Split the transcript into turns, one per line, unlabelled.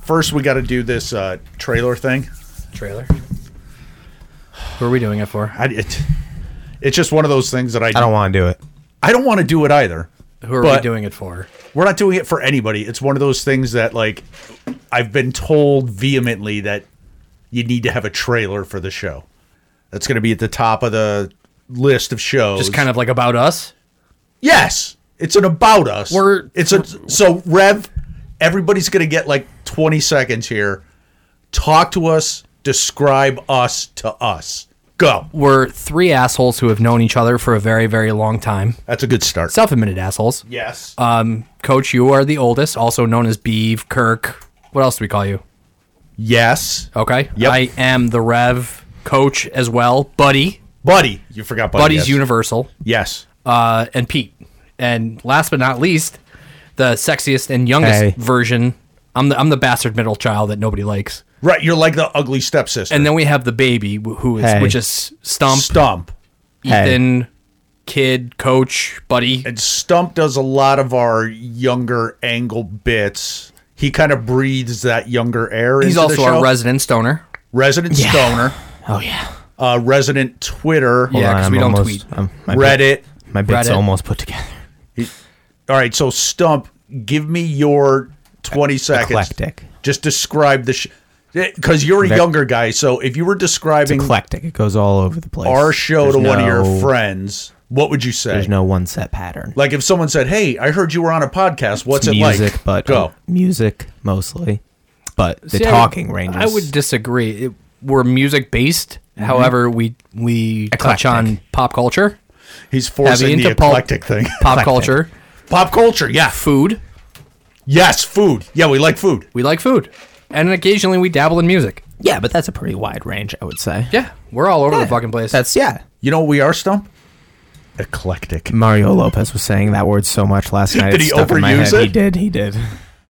First, we got to do this uh, trailer thing.
Trailer. Who are we doing it for?
I, it, it's just one of those things that I,
I don't want to do it.
I don't want to do it either.
Who are we
But-
doing it for?
We're not doing it for anybody. It's one of those things that like I've been told vehemently that you need to have a trailer for the show. That's going to be at the top of the list of shows.
Just kind of like about us.
Yes, it's an about us.
We're-
it's a so Rev. Everybody's gonna get like twenty seconds here. Talk to us. Describe us to us. Go.
We're three assholes who have known each other for a very, very long time.
That's a good start.
Self-admitted assholes.
yes.
Um, Coach, you are the oldest, also known as Beeve, Kirk. What else do we call you?
yes.
Okay.
Yep.
I am the Rev coach as well, Buddy.
Buddy, you forgot Buddy.
Buddy's
yes.
Universal.
Yes.
Uh, and Pete. And last but not least, the sexiest and youngest
Hey.
version. I'm the I'm the bastard middle child that nobody likes.
Right. You're like the ugly stepsister.
And then we have the baby wh- who is
Hey.
which is Stump,
Stump.
Hey.
Ethan, kid, coach, buddy.
And Stump does a lot of our younger angle bits. He kind of breathes that younger air.
He's
into the
also our
show.
resident stoner.
resident stoner,
Oh yeah.
uh, resident Twitter,
Yeah, 'cause we don't tweet.
my bit-
Reddit.
my bit's
Reddit.
almost put together.
All right, so Stump, give me your 20 seconds.
Eclectic.
Just describe the sh Because you're a
Ve-
younger guy, so if you were describing
Eclectic. It goes all over the place.
our show
There's
to one of
no-
your friends, what would you say?
There's no one set pattern.
like if someone said, "Hey, I heard you were on a podcast. What's it
music,
like?"
but um,
Go.
music mostly. But the
See, I would-
talking ranges.
I would disagree. It, we're music based. However, we we touch
Mm-hmm. Eclectic.
on pop culture,
He's forcing
Heavy
the
into pulp.
eclectic thing.
pop culture,
Pop culture, yeah.
food.
Yes, food. Yeah, we like food.
We like food, and occasionally we dabble in music.
Yeah, but that's a pretty wide range, I would say.
Yeah, we're all over the fucking place.
That's yeah.
You know what we are, Stump? Eclectic.
Mario Lopez was saying that word so much last night.
Did
it's
he
stuck in my
overuse
head.
it?
He did. He did.